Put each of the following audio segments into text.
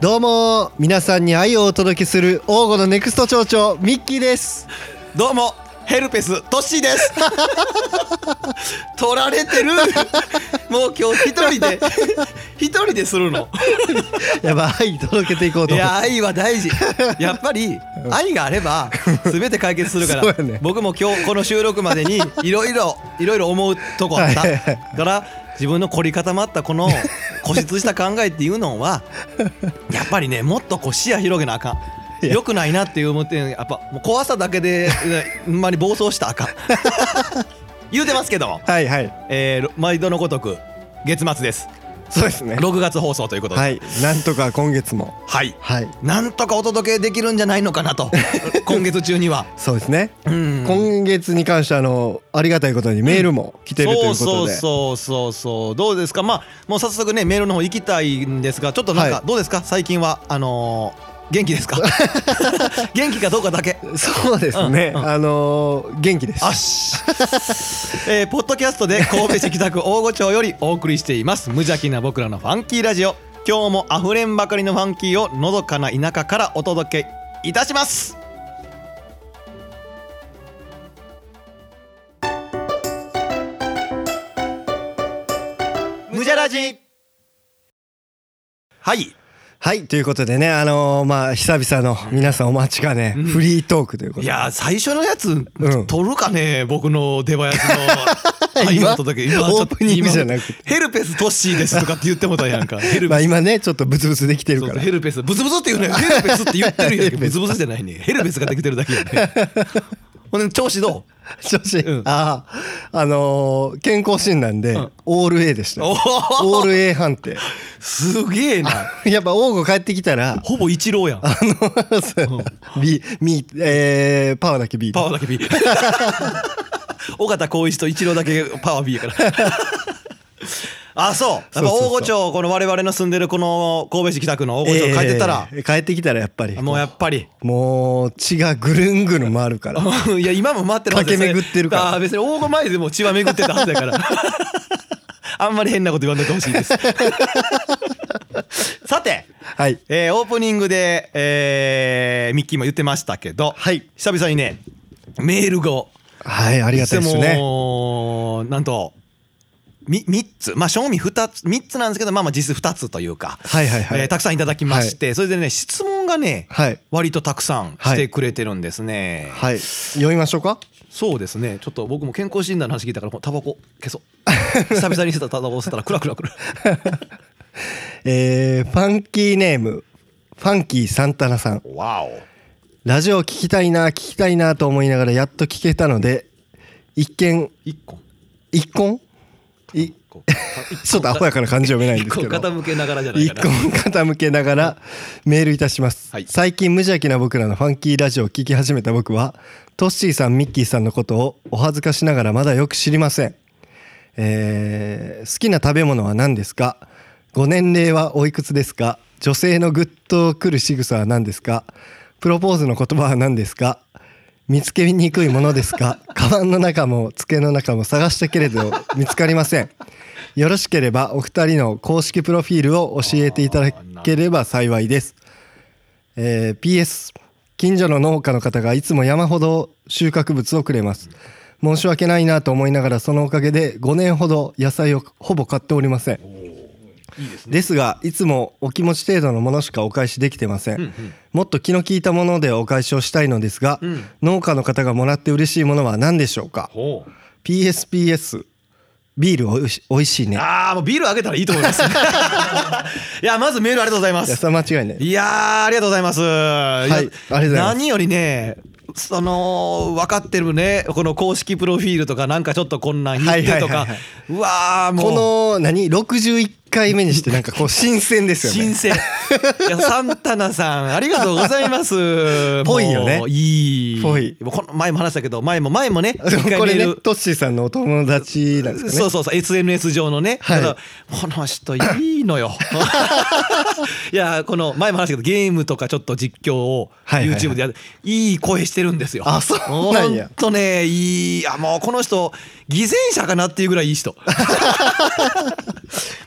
どうも皆さんに愛をお届けする王吾のネクスト町長ミッキーですどうもヘルペストッシーです取られてるもう今日一人で一人でするのやばい届けていこういと思っやて愛は大 事やっぱり愛があれば全て解決するかそらうやね僕も今日この収録までにいろいろいろいろ思うとこあったはいはだいはから自分の凝り固まったこの固執した考えっていうのはやっぱりねもっとこう視野広げなあかんいやよくないなっていう思ってんやっぱもう怖さだ けでうんほんまに暴走したらあかん言うてますけども、はいはいえー毎度のごとく月末ですそうですね6月放送ということでは、はいいなんとか今月もはいなんとかお届けできるんじゃないの かなと今月中には。そうですね、うん今月に関してはあのありがたいことにメールも来てるということで、そうそうそうそうどうですかまあもう早速ねメールの方行きたいんですがちょっとなんか、はどうですか最近はあのー元気で すか元気かどうかだけそうですね、うんうんあのー元気ですあっし、 えーポッドキャストで神戸市北区大御町よりお送りしています無邪気な僕らのファンキーラジオ今日もあふれんばかりのファンキーをのどかな田舎からお届けいたします無邪ラジはいはいということでねあのーまあ久々の皆さんお待ちかね、フリートークということいでやー最初のやつ、うん取るかね僕の 出囃子の今はいの届け今ちょっとオープニングじゃなくて今ヘルペストッシーですとかって言ってもたやん かヘルまあペス今ねちょっとブツブツできてるそうかそうらヘルペスブツブツって言うねヘルペスって言ってるやんけヘルペブスツブツじゃないねヘルペスができてるだけやねほんで調子ど調子、うんあああのー健康診断で、んオール A でしたうおオーール A 判定 すげえなやっぱ王吾帰ってきたらほぼ一郎やんあの、そうやな B、ミえー、パワーだけ B。パワーだ け B 尾形浩一と一郎だけパワー B やから あそうやっぱそうそうそう大御町この我々の住んでるこの神戸市北区の大御町帰ってたら、えー帰ってきたらやっぱり。もうやっぱり もう血がぐるんぐるん回るから。いや今も待ってるはず駆け巡ってるからあー別に大御前でも血は巡ってたはずやから あんまり変なこと言わんといてほしいです さてはい。えーオープニングで、えーミッキーも言ってましたけど、はい久々にねメール後はい、ありがたいですね。もうなんとみ3つまあ賞味2つ3つなんですけどまあまあ実質2つというか、はいはいはいえーたくさんいただきまして、それでね質問がね、はい。割とたくさんしてくれてるんですね、はい。読みましょうか。そうですねちょっと僕も健康診断の話聞いたからもうタバコ消そう 久々にしてたタバコ吸ったらクラクラくるえー、ファンキーネーム、ファンキーサンタナさん。わおラジオ聞きたいな、聞きたいなと思いながらやっと聞けたので、一見、 1個一婚いこうちょっとアホやから漢字読めないんですけ一個ど。傾けながらじゃない一かな個傾けながらメールいたします、はい最近無邪気な僕らのファンキーラジオを聞き始めた僕はトッシーさんミッキーさんのことをお恥ずかしながらまだよく知りません、えー好きな食べ物は何ですかご年齢はおいくつですか女性のグッとくる仕草は何ですかプロポーズの言葉は何ですか見つけにくいものですかカバンの中も机の中も探したけれど見つかりませんよろしければお二人の公式プロフィールを教えていただければ幸いです、えー PS 近所の農家の方がいつも山ほど収穫物をくれます申し訳ないなと思いながらそのおかげで5年ほど野菜をほぼ買っておりませんですがいつもお気持ち程度のものしかお返しできてません、もっと気の利いたものでお返しをしたいのですが、農家の方がもらって嬉しいものは何でしょうかほう PSPS ビールおいしおいしいねああもうビールあげたらいいと思います いやまずメールありがとうございまいやすさ間違いないいやーありがとうございます、はありいがとうございます何よりねその分かってるねこの公式プロフィールとかなんかちょっとこんなん言ってはいとか、はいはいはいうわーもうこの何61回目にしてなんか こう新鮮ですよ新ね鮮 いやサンタナさんありがとうございます ぽいよねもういいぽいもうこの前も話したけど前も前もね一 回これメーねルトッシーさんのお友達なんですかねそうそうそう SNS 上のね、はいただこの人いい のよいやこの前も話したけどゲームとかちょっと実況をはいはいはい YouTube でやる、いい声してるんですよあそうなんやほんとねいいあもうこの人偽善者かなっていうぐらいい い人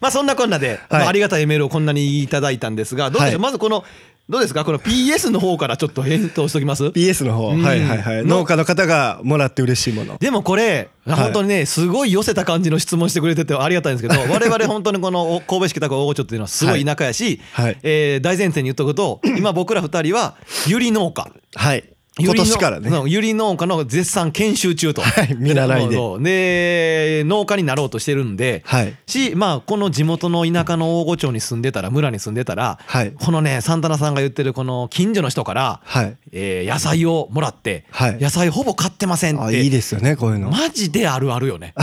まあそんなこんなで、まあ、ありがたいメールをこんなにいただいたんですがどうでしょう、はいまずこのどうですかこの PS の方からちょっと返答しておきます PS の方、うんはいはいはいの農家の方がもらって嬉しいものでもこれ、い本当にねすごい寄せた感じの質問してくれててありがたいんです けど我々本当にこのお神戸市北区大御所っていうのはすごい田舎やし、はいえー大前提に言っとくと今僕ら二人はゆり農家。はい今年からねゆりのうんゆり農家の絶賛研修中と、はい見習いでそうそうで農家になろうとしてるんで、はいしまあこの地元の田舎の大御町に住んでたら村に住んでたら、はいこのねサンタナさんが言ってるこの近所の人から、はいえー野菜をもらって、はい野菜ほぼ買ってませんっあていいですよねこういうの、マジであるあるよね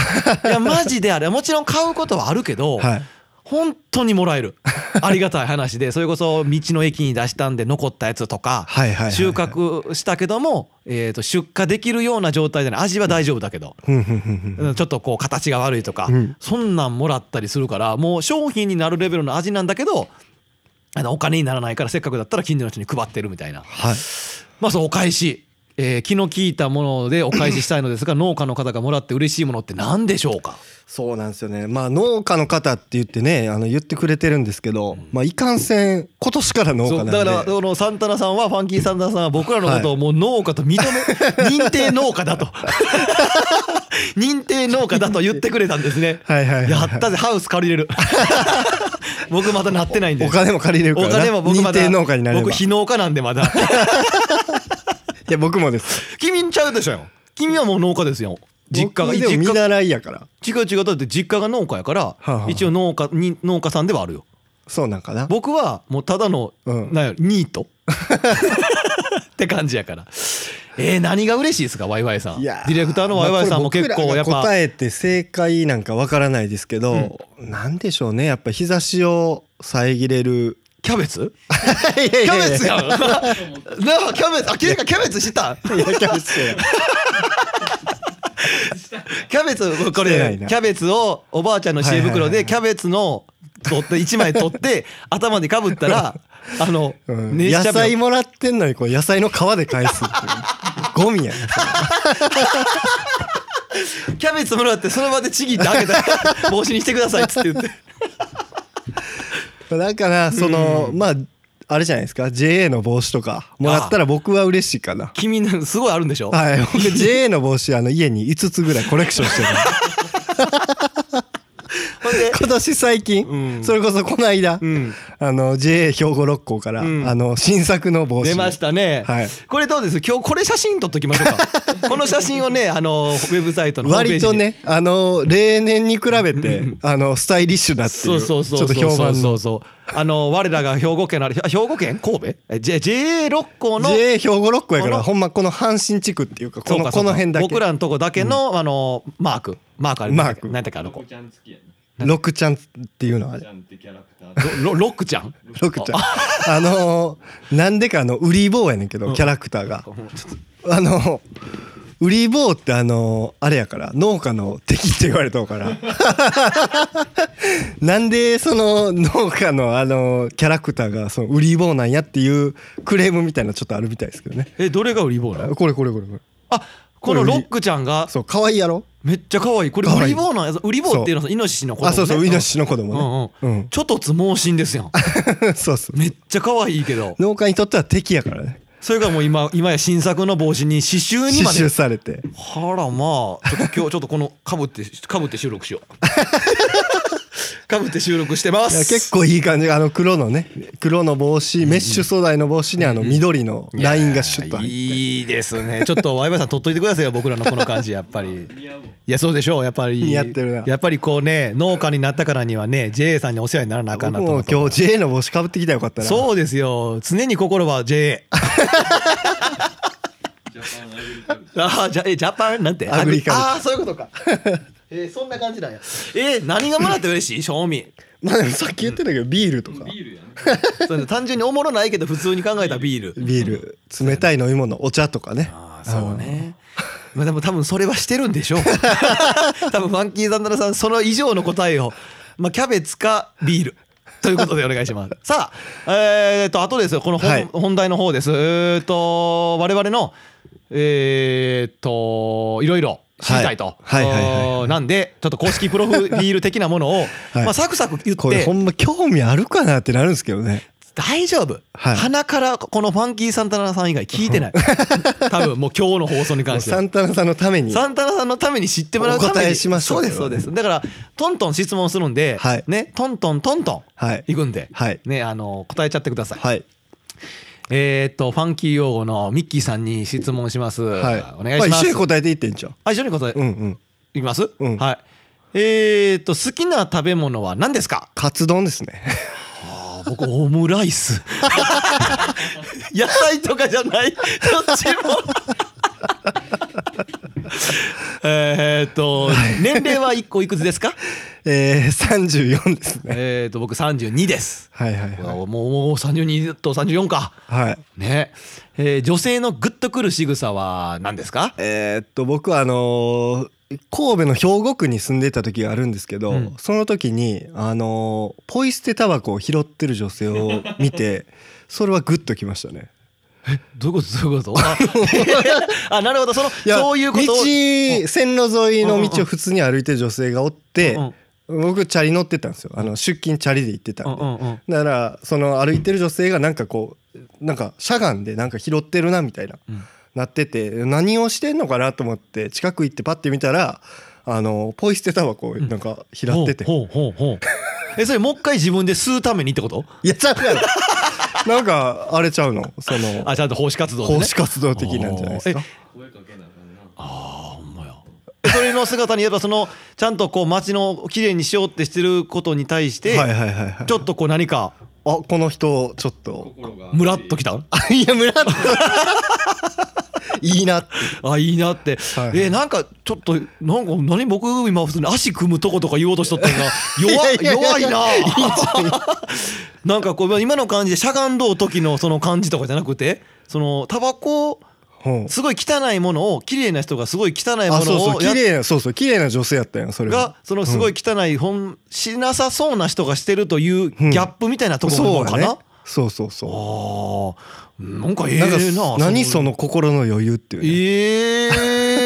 いやマジであるもちろん買うことはあるけど、はい本当にもらえるありがたい話でそれこそ道の駅に出したんで残ったやつとか、はいはいはいはい収穫したけども、えー、と出荷できるような状態じゃない味は大丈夫だけど、ふんふんふんふんうんちょっとこう形が悪いとか、うんそんなんもらったりするからもう商品になるレベルの味なんだけどあのお金にならないからせっかくだったら近所の人に配ってるみたいなはいまあそうお返し、えー気の利いたものでお返ししたいのです が農家の方がもらって嬉しいものって何でしょうかそうなんですよねまあ農家の方って言ってねあの言ってくれてるんですけど、まあいかんせん今年から農家そなうんでだからこのサンタナさんはファンキーサンタナ さんは僕らのことはをもう農家と認め、認定農家だと 認定農家だと言ってくれたんですねはいはいはいはいやったぜハウス借りれる 僕まだなってないんでお金も借りれるおからな金も僕まだ認定農家になれば僕い非農家なんでまだ や僕もです君んちゃうでしょ君はもう農家ですよ実家が僕でも実見家習いやから違う違うだって実家が農家やから、あはあ一応農家に農家さんではあるよそうなんかな僕はもうただの、うんなんやニートって感じやからえー、何が嬉しいですかワイワイさいんデやーィレクターのワイワイさんも結まあこ構れやっ僕らがぱ答えて正解なんかわからないですけど、なんでしょうねやっぱ日差しを遮れるキャベツキャキャベツやん なあキャベツあキキャベツしたいやキャベツやキャベツこしてないれなキャベツをおばあちゃんの知恵はいは袋いはいはでいキャベツの取って1枚取って頭にかぶったらあの、うん熱野射病菜もらってんのにこう野菜の皮で返すっていうゴミやねキャベツもらってその場でちぎってあげ たら帽子にしてくださいっつって言ってだからその、まああれじゃないですか JA の帽子とかもらったら僕は嬉しいかな君のすごいあるんでしょはい僕 JA の帽子あの家に5つぐらいコレクションしてる ほんで今年最近、うんそれこそこの間、んあの JA 兵庫六甲から、うんあの新作の帽子出ましたね、はいこれどうです今日これ写真撮っときましょう かこの写真をねあのウェブサイトのホームペー割ジとにねあの例年に比べてあのスタイリッシュだってそいううそうそうそちょっうと評判そのうそうそうあの我らが兵庫県のあれあ兵庫県神戸え J- JA 六甲の JA 兵庫六甲やかこのらほんまこの阪神地区っていうかこそうのかそうこかの辺だけ僕らのとこだけの、あのマークマークあれマーク何だっけあの子ちゃん好きやな六ちゃんっていうのはあれちゃんってキャラクターロロロックちゃん六ちゃんあのーなんでかあのウリーボーやねんけどキャラクターがあのウリーボーってあのーあれやから農家の敵って言われとうから なんでその農家のあのーキャラクターがそのウリーボーなんやっていうクレームみたいなのちょっとあるみたいですけどねえどれがウリボーなあのこれこれこれこれあこのロックちゃんがそう可愛いやろめっちゃ可愛いこれ可ウ愛いリボーなんやウリボーっていうのはイノシシの子供、ね、あそうそうイノシシの子供うんうん、ねちょっとつ猛進で すやんうんそうそうめっちゃ可愛いけど農家にとっては敵やからねそれがもう今今や新作の帽子に刺繍に刺まで繍されてはらまあ ちょっと今日ちょっとこのかぶってかぶって収録しよう かぶって収録してまいやす結構いい感じあの黒のね黒の帽子メッシュ素材の帽子にあの緑のラインがシュッと入っていいですねちょっとワイワイさん取っといてくださいよ僕らのこの感じやっぱり似合うもんいやそうでしょうやっぱり似合ってるなやっぱりこうね農家になったからにはね JA さんにお世話にならなあかんなとも思っうて今日 JA の帽子かぶってきたらよかったなそうですよ常に心は JA ああじゃえジャパンなんてアグリカルチャーああーそういうこと かえー、そんな感じなんやえー、何がもらって嬉しい 賞味まあでもさっき言ってたけどビールとかその単純におもろないけど普通に考えたビールビール冷たい飲み物お茶とかねああそうねまあでも多分それはしてるん でしょう多分ファンキーザンダラさんその以上の答えを、まあ、キャベツかビールということでお願いします さあえー、とあとですよこの本,、はい本題の方ですえー、と我々のえー、といろいろ知りたいと、はいはいはいはいおーなんでちょっと公式プロフィール的な ものを、まあ、サクサク言っこれてほんま興味あるかなってなるんですけどね大丈夫、はい鼻からこのファンキーサンタナさん以外聞い てない多分もう今日の放送に関してはサンタナさんのためにサンタナさんのために知ってもらうためにお答えしましょうそうですそうですだからトントン質問するんで、はいねトントントントンはい行くんで、はいねあの答えちゃってください、はいえーっとファンキー用語のミッキーさんに質問します、はいお願いしあま一緒すに答えていってんじゃんあ一緒に答え、うんうんいきます、うんはいえーっと好きな食べ物は何ですかカツ丼ですね あ僕オムライス 野菜とかじゃないどっちも えーっと年齢は一個いくつですかえー、34ですねえーっと僕32ですはいはいはもいうもう32と34かはいねえー女性のグッとくる仕草は何ですかえーっと僕はあのー神戸の兵庫区に住んでた時があるんですけど、うんその時に、あのーポイ捨てタバコを拾ってる女性を見 てそれはグッときましたねどういうことどういうこと ああなるほどそのいやそういうことを道線路沿いの道を普通に歩いてる女性がおってうん僕チャリ乗ってたんですよあの出勤チャリで行ってたんでうんうんうんだからその歩いてる女性がなんかこうなんかしゃがんでなんか拾ってるなみたいな、うんなってて何をしてんのかなと思って近く行ってパッて見たらあのポイ捨てタバコをなんか拾ってて、ほうほうほうほうえそれもう一回自分で吸うためにってこといやちゃう やろなんかあれちゃうのそのあちゃんと奉仕活動で、ね、奉仕活動的なんじゃないですかおーえあーほんまやえそれの姿にやっぱそのちゃんとこう街の綺麗にしようってしてることに対して、はいはいはいはいちょっとこう何かあこの人ちょっとムラっときたあ いや村田いいなってあいいなって、はいはいえなんかちょっとなんか何僕今普通に足組むとことか言おうとしとった んが弱いいやいやい弱やいいやな なんかこう今の感じでしゃがんどう時のその感じとかじゃなくてそのタバコをほうすごい汚いものを綺麗な人がすごい汚いもあそうのそうをや綺麗なそうそう綺麗な女性やったよそれはがそのすごい汚い本しなさそうな人がしてるというギうんャップみたいなところそなのうかだな、ねそうそうそああなんかうええなんかな何その心の余裕っていうね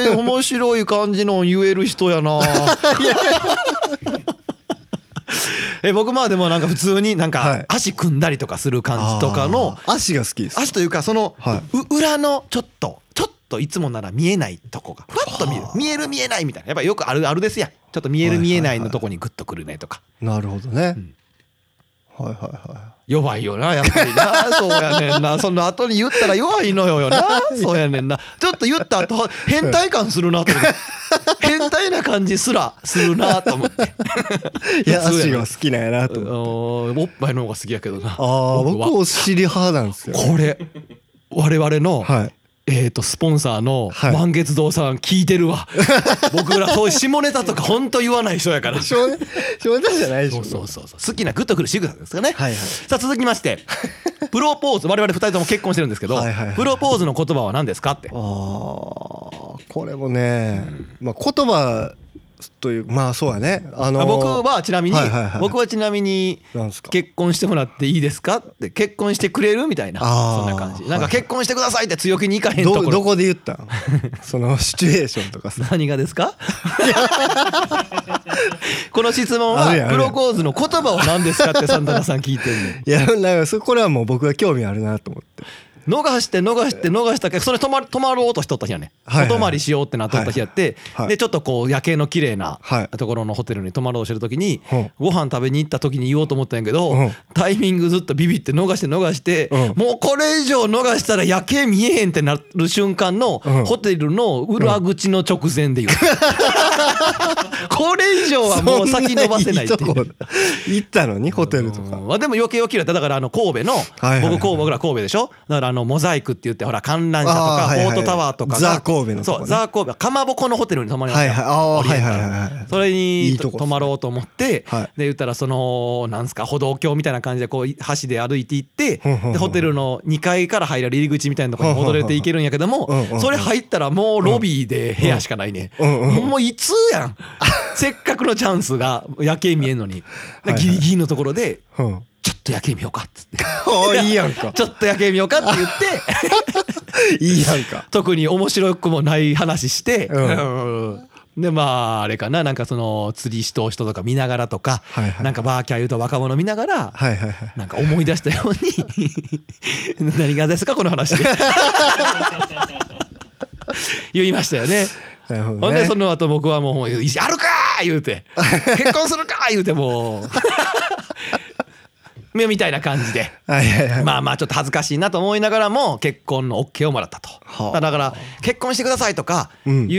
ええ面白い感じの言える人や なえ僕まあでもなんか普通になんはかい足組んだりとかする感じとかのあー足が好きです足というかその、はう裏のちょっとちょっといつもなら見えないとこがふわっと見える見える見えないみたいなやっぱよくあるあるですやんちょっと見えはいはいるはい見えないのとこにグッとくるねとか、なるほどねうん、はいはいは弱いよなやっぱりな そうやねんなその後に言ったら弱いのよよなそうやねんなちょっと言った後変態感するなと思って変態な感じすらするなと思っていいや普通や足なが好きなんやなと思っておおっぱいの方が好きやけどあなあ僕はお尻派なんですよこれ我々の、はいえー、とスポンサーのはい満月堂さん聞いて るわ、僕らそういう下ネタとか本当言わない人やからそ少年少年じゃないでしうょそうそうそう好きなグッとくる仕草ですかね、はいはいさあ続きましてプロポーズ我々二人とも結婚してるんですけど、はいはいはいプロポーズの言葉は何ですかってあーこれもねまあ言葉というまあそうやねあのー僕はちなみに、はいはいはい僕はちなみになんですか結婚してもらっていいですかって結婚してくれるみたいなあそーんな感じなんか結婚してくださいって強気にいかへんとこどろどこで言ったん そのシチュエーションと かさ何がで すかこの質問あるやはんあプるやんロポーズの言葉は何ですかってサンタナさん聞いてんねいやなんかそこれはもう僕が興味あるなと思ってん逃して逃して逃したけどそれ泊ま泊まろうとしとった日やねはいはいお泊まりしようってなっとった日やってはいはいでちょっとこう夜景の綺麗なはいところのホテルに泊まろうとしてる時にうんご飯食べに行った時に言おうと思ったんやけどうんタイミングずっとビビって逃して逃してうんもうこれ以上逃したら夜景見えへんってなる瞬間のうん ホテルの裏口の直前で言うこれ以上はもう先延ばせないっていうそんないいとこ行ったのにホテルとかうんまあ、でも余計は嫌いだだからあの神戸の、いはいはい僕神戸僕ら神戸でしょだからあのモザイクって言ってほら観覧車とかあーはいはいポートタワーとかがザ神戸のとこそねうザ神戸かまぼこのホテルに泊まりまはしいはいたよああーオリはいエンタはいルはいはいそれにいいとこっす泊まろうと思ってはいで言ったらそのなんすか歩道橋みたいな感じでこう橋で歩いて行ってうんうんうんでホテルの2階から入れる入り口みたいなところに戻れていけるんやけどもうんうんうんそれ入ったらもうロビーで部屋しかないねうんうんうんもういつやんせっかくのチャンスが夜景見えんのにはいはいギリギリのところで うんちょっと夜景見ようかっつってあーいいやんか ちょっと夜景見ようかって言っていいやんか特に面白くもない話して、うんうんでまああれかななんかその釣り人人とか見ながらとか、はいはいなんかバーキャー言うと若者見ながら、はいはいはいなんか思い出したように 何がですか この話言いましたよね。なるほほどんねでその後僕はもう「いやるか!」言うて「結婚するか!」言うて もうみたいな感じではいはいはいまあまあちょっと恥ずかしいなと思いながらも結婚の OK をもらったと、はあだから結婚してくださいとかうんい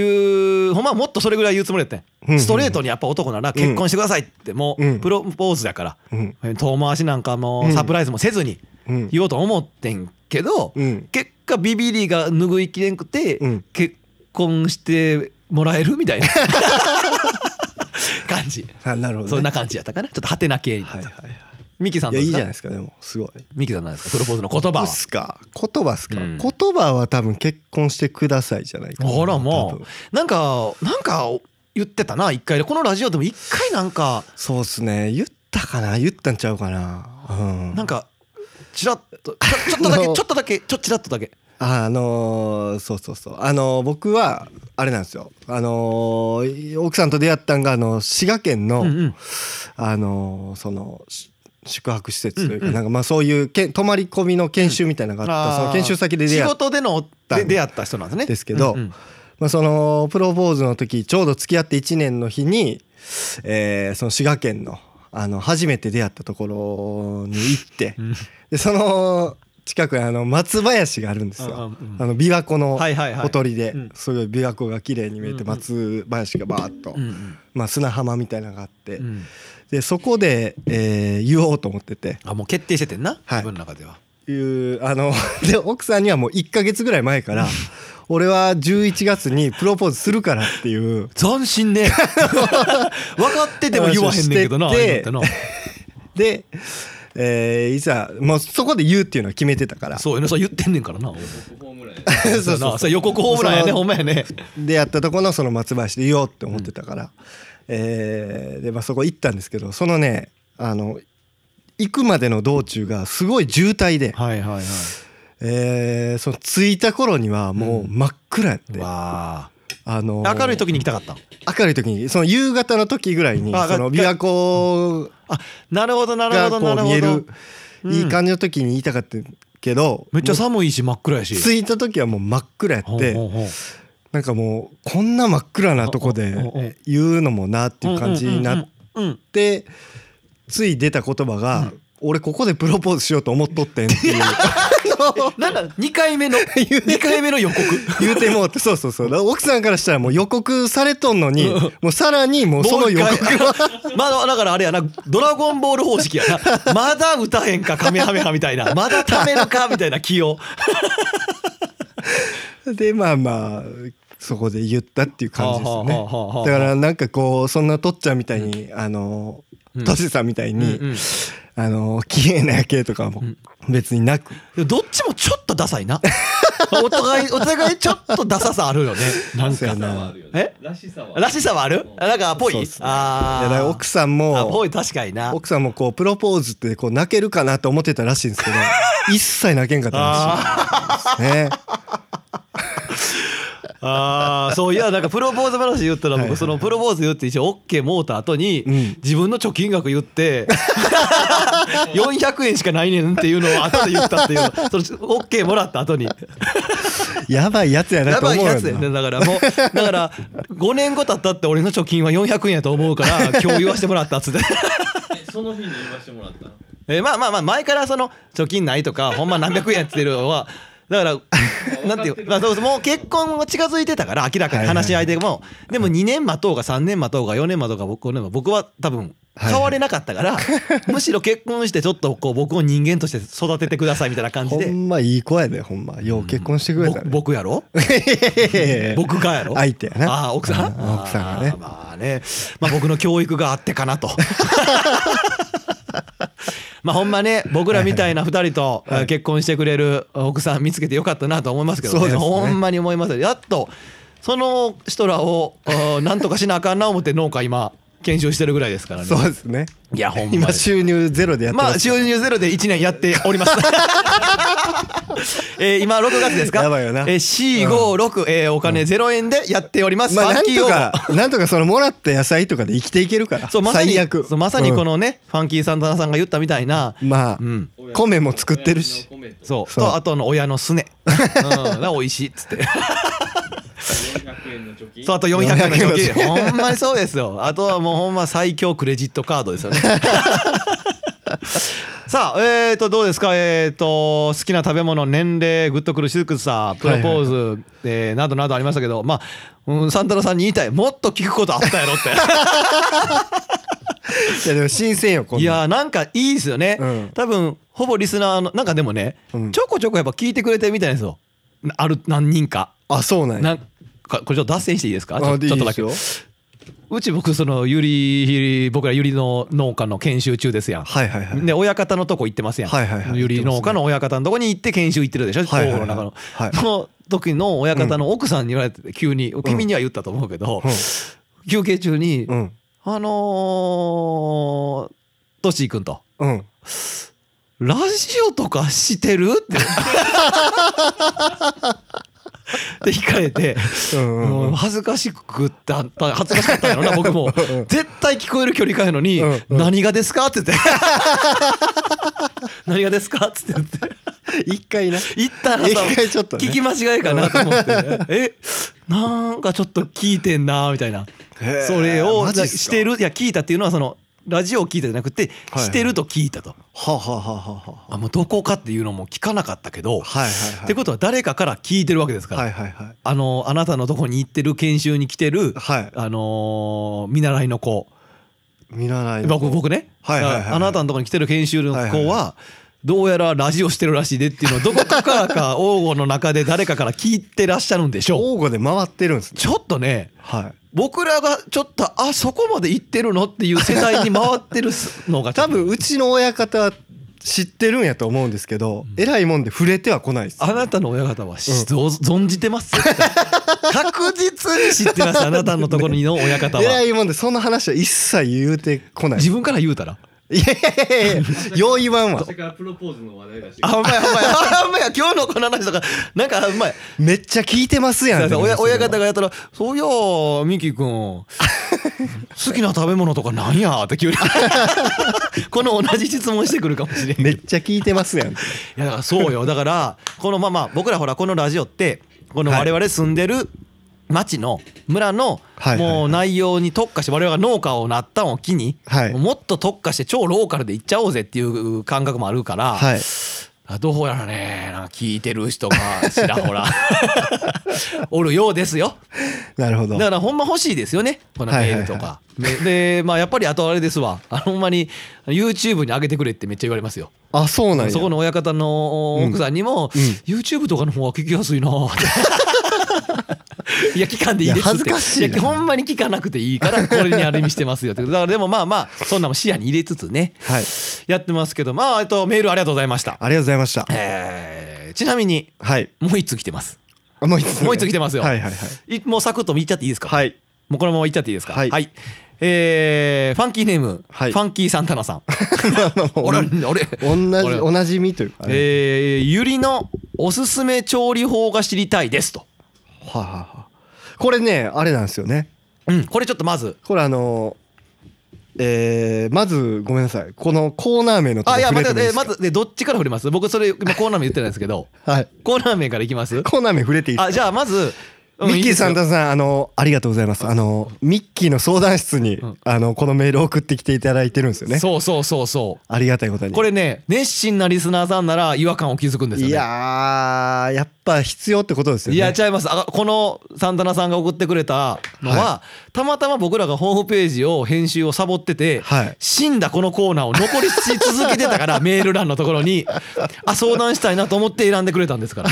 う、ほんまはもっとそれぐらい言うつもりやったうんんストレートにやっぱ男なら結婚してくださいってもううんプロポーズだから、うん遠回しなんかもうサプライズもせずにうん言おうと思ってんけど、うん結果ビビりが拭いきれんくて、うん結婚してもらえる みたいな感じ、あなるほどねそんな感じやったかなちょっとハテナ系になった、はいはいはいミキさんいどやういいでじすゃかないですかでもすごいミキさんなんですかプロポーズの言葉どうはっすか言葉っすか、うん言葉は多分結婚してくださいじゃないかなほらも多分うなんかなんか言ってたな一回でこのラジオでも一回なんかそうっすね言ったかな言ったんちゃうかなうんなんかちらっとちょちょっとだ け No ちょっとだけちょちらっとだけああのーそうそうそうあのー僕はあれなんですよあのー奥さんと出会ったんがあの滋賀県の、うんうんあのーそのし宿泊施設というか、うんうんなんかまあそういうけ泊まり込みの研修みたいなのがあった、その研修先で出仕会っ事でので出会った人なんですねですけどうんうんまあ、そのプロポーズの時ちょうど付き合って1年の日に、えーその滋賀県のあの初めて出会ったところに行ってうんでその近くにあの松林があるんですああうよん。あの琵琶湖のはいはいはいほとりでうんすごい琵琶湖が綺麗に見えうんうてん松林がバーッとうんうんまあ砂浜みたいなのがあってうんでそこでえー言おうと思っててあもう決定しててんな、はい自分の中ではいうあの で奥さんにはもう1ヶ月ぐらい前 から俺は11月にプロポーズするからっていう斬 新ね分かってても言わへんねんけどなああ話をいしうててのって で、えーいざもうそこで言うっていうのは決めてたからなそうやなそう言ってんねんからなそうそうやなそれ予告ホームランやねそのほんまやねでやったとこのその松林で言おうって思ってたから、えーで、まあ、そこ行ったんですけどそのねあの行くまでの道中がすごい渋滞で、はいはいはえーその着いた頃にはもう真っ暗やって、わあのあー明るい時に行きたかったの明るい時にその夕方の時ぐらいにあその琵琶湖あなるほどなるほがどこなう見るえほるどうんいい感じの時に言いたかったけどめっちゃも寒いし真っ暗やうし着いた時はもう真っ暗やって。ほうほうほうなんかもうこんな真っ暗なとこおおおで言うのもなっていう感じになっうんうんうんうんてつい出た言葉が「俺ここでプロポーズしようと思っとってん」って いうなんか2 回目の2回目の予告言うてもうてそうそうそう奥さんからしたらもう予告されとんのにうんもうさらに もうその予告もう一回まだだからあれやなドラゴンボール方式やなまだ歌へんかカメハメハみたいなまだためるかみたいな気を でまあまあそこで言ったっていう感じですはあねはあはあはあだからなんかこうそんなとっちゃんみたいにあのうんとしさんみたいにうんうんあの綺麗な夜景とかも別になく。でもどっちもちょっとダサ いなお互いお互いちょっとダサさあるよねなんそうやかなえらしさはらしさはあるなんかぽい、そうっすねあいあやだから奥さんもあぽい確かにな奥さんもこうプロポーズってこう泣けるかなと思ってたらしいんです けど一切泣けんかったらしいですね。ああそういやなんかプロポーズ話言ったらはいはいは僕いそのプロポーズ言って一応 OK もうた後にうん自分の貯金額言って 400円しかないねんっていうのを後で言ったっていうその OK もらった後にやばいやつやなやとばい思うやよつやねな。だからもうだから5年後経ったって俺の貯金は400円やと思うから共有はしてもらったっつってその日に言わしてもらったのえまあまあまあ前からその貯金ないとかほんま何百円やっていうのはだから、なんていうまあそうそうもう結婚も近づいてたから、明らかに話し合いでも、でも2年待とうが3年待とうが4年待とうが僕は僕は多分はい変われなかったから、むしろ結婚してちょっとこう僕を人間として育ててくださいみたいな感じほで。んまいい子やでほんまよう結婚してくれたぼね 僕やろ僕がやろ相手やなああ奥さんうん奥さんがねあーまあねまあ僕の教育があってかなと まあほんまね僕らみたいな2人とえー結婚してくれる奥さん見つけてよかったなと思いますけどそうねですねほんまに思いますよやっとその人らをうんなんとかしなあかんな思って農家今研修してるぐらいですからねそうですねいやほんまに今収入ゼロでやってままあ、す、収入ゼロで1年やってお ります。えー今6月ですかやばいよなえー、456、えーお金0円でやっております。 まあ、なファんンキーとをかなんとかそのもらった野菜とかで生きていけるからそうまさに最悪そうまさにこうんのね、ファンキーサンタナさんが言ったみたいな、まあ、うん 米も作ってるし そうそうとあとあの親の すね、うん、が美味しいっつってそうあと400円の貯金400円ほんまにそうですよあとはもうほんま最強クレジットカードですよね さあえー、とどうですかえー、と好きな食べ物年齢グッとくるしずくさプロポーズ、えーなどなどありましたけどまあ、うん、サンタロさんに言いたいもっと聞くことあったやろっていやでも新鮮よこん いなんやーなんかいいですよね、うん多分ほぼリスナーのなんかでもね、うんちょこちょこやっぱ聞いてくれてるみたいですよなある何人かあそうなんやなんかこれちょっと脱線していいですかちょあでいちょいっとでだすけようち僕そのゆり僕らゆりの農家の研修中ですやん、はいはいはい、で親方のとこ行ってますやん、はいはいはいゆり農家の親方のとこに行って研修行ってるでしょはいはいはい東郷の中の、はいその時の親方の奥さんに言われてて急に、君には言ったと思うけど、休憩中に「うんあのー、トシー君とうんラジオとかしてる?」って。で引かれてうんうんうんもう恥ずかしくってあった恥ずかしかったんや ろな僕も絶対聞こえる距離感やのにうん「うん何がですか?」って言って 「何がですか?」って言って一回な一旦 一回ちょっとね聞き間違いかなと思って「えなんかちょっと聞いてんな」みたいなへーそれをマジっすかしてるいや聞いたっていうのはそのラジオを聞いたじゃなくてはいしてると聞いたとはあはあはあはあはあもうどこかっていうのも聞かなかったけどあはいはいはいってことは誰かから聞いてるわけですからはいはいはいあのあなたのとこに行ってる研修に来てるはいあのー見習いの子見習いの僕僕ね、はいはいはいはいあなたのとこに来てる研修の子は,、はいはいどうやらラジオしてるらしいでっていうのをどこかからか王吾の中で誰かから聞いてらっしゃるんでしょう王吾で回ってるんですね ちょっとねはい僕らがちょっとあそこまで行ってるのっていう世代に回ってるのが多分うちの親方は知ってるんやと思うんですけど、偉いもんで触れては来ないですあなたの親方はし、存じて ます絶対確実に知ってますあなたのところの親方 は、偉いもんでその話は一切言うてこない自分から言うたらいやいやいやいやよう言わんわからプロポーズの話題だしあほんま やほんまやあほんまや今日のこの話とかなんかほんまやめっちゃ聞いてますやんそうそう親親方ががやったら「そういやーミキ君好きな食べ物とかなんや?」っ て急にこの同じ質問してくるかもしれんけどめっちゃ聞いてますやんいやだからそうよだからこのまあまあ僕らほらこのラジオってこのはい我々住んでる町の村のはいはいはいもう内容に特化して我々が農家をなったんを機にはいもっと特化して超ローカルで行っちゃおうぜっていう感覚もあるから、はいあどうやらねなんか聞いてる人がちらほら おるようですよ。なるほどだからほんま欲しいですよねこのメールとか。ででまあやっぱりあとあれですわあのほんまに YouTube に上げてくれってめっちゃ言われますよ。あそうなんやそこの親方の奥さんにも、ん YouTube とかの方が聞きやすい なっていや聞かんでいいですっていや恥ずかしいないやほんまに聞かなくていいからこれにある意味してま すよってだからでもまあまあそんなんも視野に入れつつねはいやってますけどまあえっとメールありがとうございました、ありがとうございましたえーちなみにはいもう一通来てますあもう一つもう一つ来てますよはいはいいもうサクッと見ちゃっていいですかはいはいもうこのままいっちゃっていいですか。はいえーファンキーネーム、はいファンキーサンタナさ ん。 俺、俺、同じ 俺おなじみというかねえー、ゆりのおすすめ調理法が知りたいですと。はあはあはあこれねあれなんですよねうん、これちょっとまず。これあのえーまずごめんなさいこのコーナー名のとこあ、いや、触まれてた、もいいででかすまず、で、どっちから振り ます僕、それ、今、コーナー名言ってないですけど、はいコーナー名からいきますコーナー名触れていいですあ、じゃあ、まず、うんミッキーさいいん、ですよ田さん、あの、ありがとうございます。あの、ミッキーの相談室に、んあの、このメールを送ってきていただいてるんですよね。そうそうそうそうありがたいことに。これね熱心なリスナーさんなら違和感を気づくんですよ、ね、いやー、やっぱ必要ってことですよいね。やちゃいますあこのサンタナさんが送ってくれたのは、はたまたま僕らがホームページを編集をサボってて、はい死んだこのコーナーを残りし続けてたから メール欄のところにあ相談したいなと思って選んでくれたんですから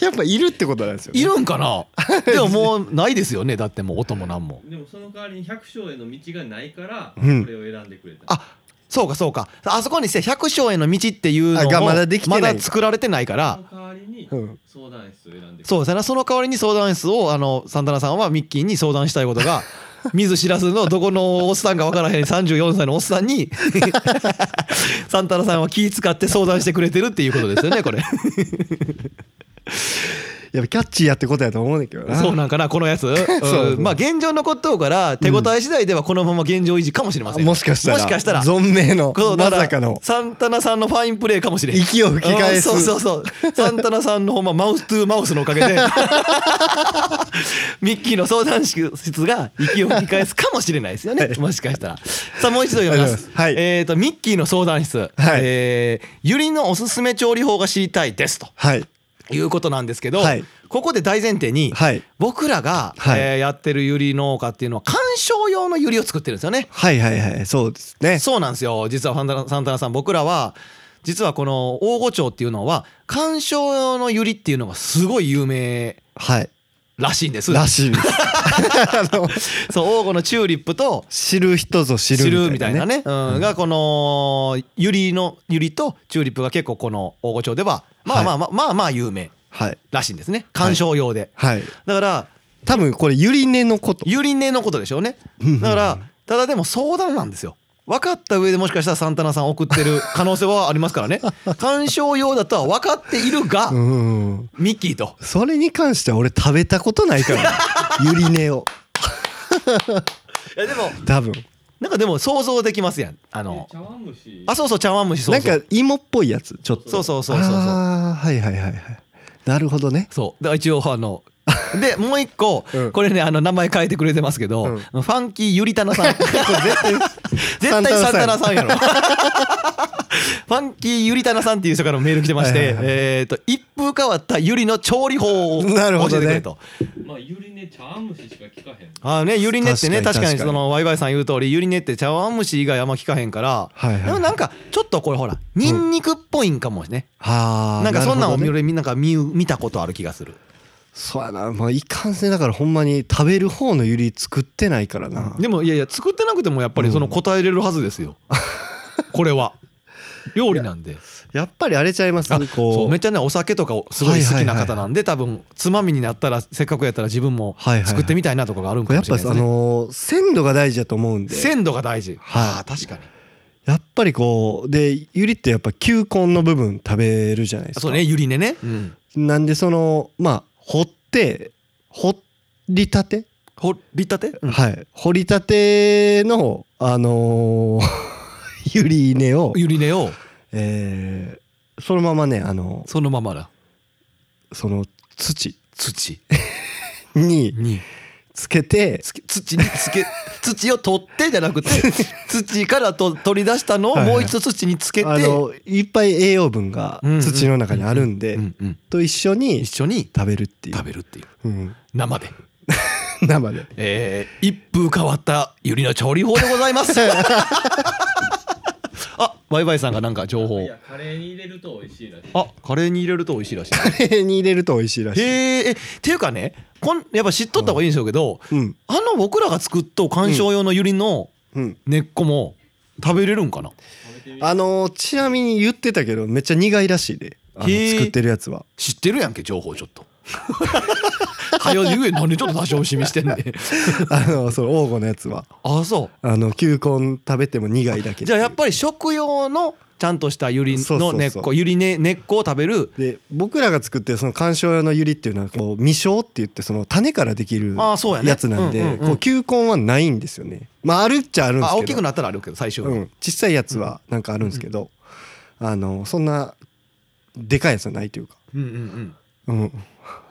やっぱいるってことなんですよ、ね。いるんかなでももうないですよねだってもう音も何もでもその代わりに百姓への道がないから、んこれを選んでくれた。あそうかそうかあそこにして百姓への道っていうのあがもまだできてないまだ作られてないからその代わりにうん相談室を選んでくれた。そうですね。その代わりに相談室をあのサンタナさんはミッキーに相談したいこと が。見ず知らずのどこのおっさんかわからへん34歳のおっさん にサンタナさんは気使って相談してくれてるっていうことですよねこれやっぱキャッチーやってことやと思うんだけどな。そうなんかなこのやつ、そううんまあ現状残っとうから手応え次第ではこのまま現状維持かもしれません、もしかしたら。もしかしたら存命のこう、だまらさかの。サンタナさんのファインプレーかもしれん息を吹き返すうんそうそうそうサンタナさんのほんまマウストゥーマウスのお かげでミッキーの相談室が息を吹き返すかもしれないですよね、もしかしたらさあもう一度読みますはいえっ、とミッキーの相談室、はいえーゆりのおすすめ調理法が知りたいですとはい。いうことなんですけど、はいここで大前提に、はい。僕らが、はいえーやってるゆり農家っていうのは観賞用のゆりを作ってるんですよねはいはいはい。そうですね。そうなんですよ実はファンタナサンタナさん僕らは実はこの大御町っていうのは観賞用のユリっていうのがすごい有名はい。らしいんですらしい です。あの、そう王吾のチューリップと知る人ぞ知知るるみみたたいいななね。ねうんがこのユリのユリとチューリップが結構この大御町ではまあまあまあまあまあ有名はい。らしいんですね観賞用ではい。だから多分これ、ゆり根のこと。ユリ根のことでしょうねだからただでも相談なんですよ分かった上でもしかしたらサンタナさん送ってる可能性はありますか らね鑑賞用だとは分かっているがうん。ミッキーとそれに関しては俺食べたことないから。ゆ り根を。いやでも多分。なんかでも想像できますやんあの茶碗蒸し。あそうそう茶碗蒸しそうなんそうか芋っぽいやつ、ちょっと。そうそうそうそうそうああ、はいはいはいはい。なるほどね。そうだから一応あのでもう一個、うんこれねあの名前変えてくれてますけど、うんファンキーゆりたなさん 絶対サンタナさんサンタナさんやろファンキーゆりたなさんっていう人からメール来てまして、はいはいはいえっ、と一風変わったゆりの調理法を教なるほえてどくねれと。まあゆりね茶碗蒸ししか聞かへん。あのね、ゆりねってね確確かかににそのワイワイさん言う通りゆりねって茶碗蒸し以外あんま聞かへんから、はいはいでもなんかちょっとこれほらニンニクっぽいんかもね、はあ。なんかそんなんをるほどね俺みんなが見見たことある気がするそうやな。まあ、いかんせんだから、ほんまに食べる方のゆり作ってないからな。でもいやいや作ってなくてもやっぱりその答えれるは ずですよ、これは料理なんでやっぱりあれちゃいますあね。そうこめうっ。ちゃねお酒とかをすごい好きな方なんで多分つまみになったらせっかくやったら自分もはいはいはい作ってみたいなとかがあるんこかれやもっしれぱないあですねのー鮮度が大事だと思うんで鮮度が大事はいあー確かにやっぱりこうでゆりってやっぱ球根の部分食べるじゃないですそうかねゆりねね、うん、なんでそのまあ掘って掘りたて、ほりたて、はい掘りたてのあのー ゆり根を、ゆり根をえーそのままねあのそのままだその土土ににつけてつけ土につけ 土を取ってじゃな くて土からと取り出したのをもう一度土につけて、あのいっぱい栄養分がうんうん土の中にあるんで、うんうん、と一緒に一緒に食べるっていう食べるっていううん、 生で、生 でえー、一風変わったゆりの調理法でござ いますあワイワイさんがなんか情報いやカレーに入れると美味しいらしい。あカレーに入れると美味し いらしいカレーに入れると美味しいらしい。へーえっていうかねこんやっぱ知っとった方がいいんでしょうけど、うんあの僕らが作っとう観賞用のゆりのうん、根っこも食べれるんかな、あのーちなみに言ってたけどめっちゃ苦いらしいであのへー作ってるやつは知ってるやんけ情報ちょっ と。はよ言えなんでちょっと出し惜しみしてんねん あのその黄金のやつは あそあの球根食べても苦いだうけじゃあやっぱり食用のちゃんとしたゆりそうそうのそう根っこゆり根根っこを食べるで僕らが作ってるその観賞用のユリっていうのはこう未生って言ってその種からできるあーそうやねやつなんでうんうんうんこう球根はないんですよねまああるっちゃあるんですあけど大きくなったらあるけど最初は、うん、小さいやつはなんかあるんですけど、あのそんなでかいやつはないというか、うん ううんん、っ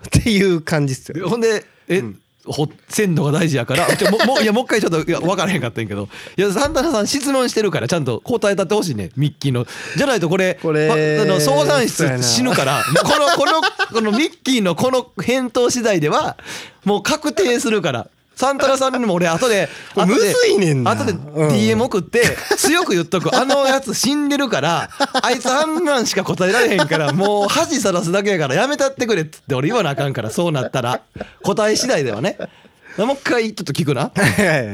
ていう感じっすようんねほんで え、ほ鮮度が大事やからちょもうもういやもう一回ちょっといや分からへんかったんやけどいやサンタナさん質問してるからちゃんと答えたってほしいねミッキーのじゃないとこれこれわあの相談そうや室な死ぬからこのこのこのミッキーのこの返答次第ではもう確定するから。サンタナさんにも俺後でこれ後でむずいねんな後でうん DM 送って強く言っとくあのやつ死んで るからあいつあんなんしか答えられへんからもう恥さらすだけやからやめたってくれっつって俺言わなあかんからそうなったら答え次第ではねもう一回ちょっと聞くな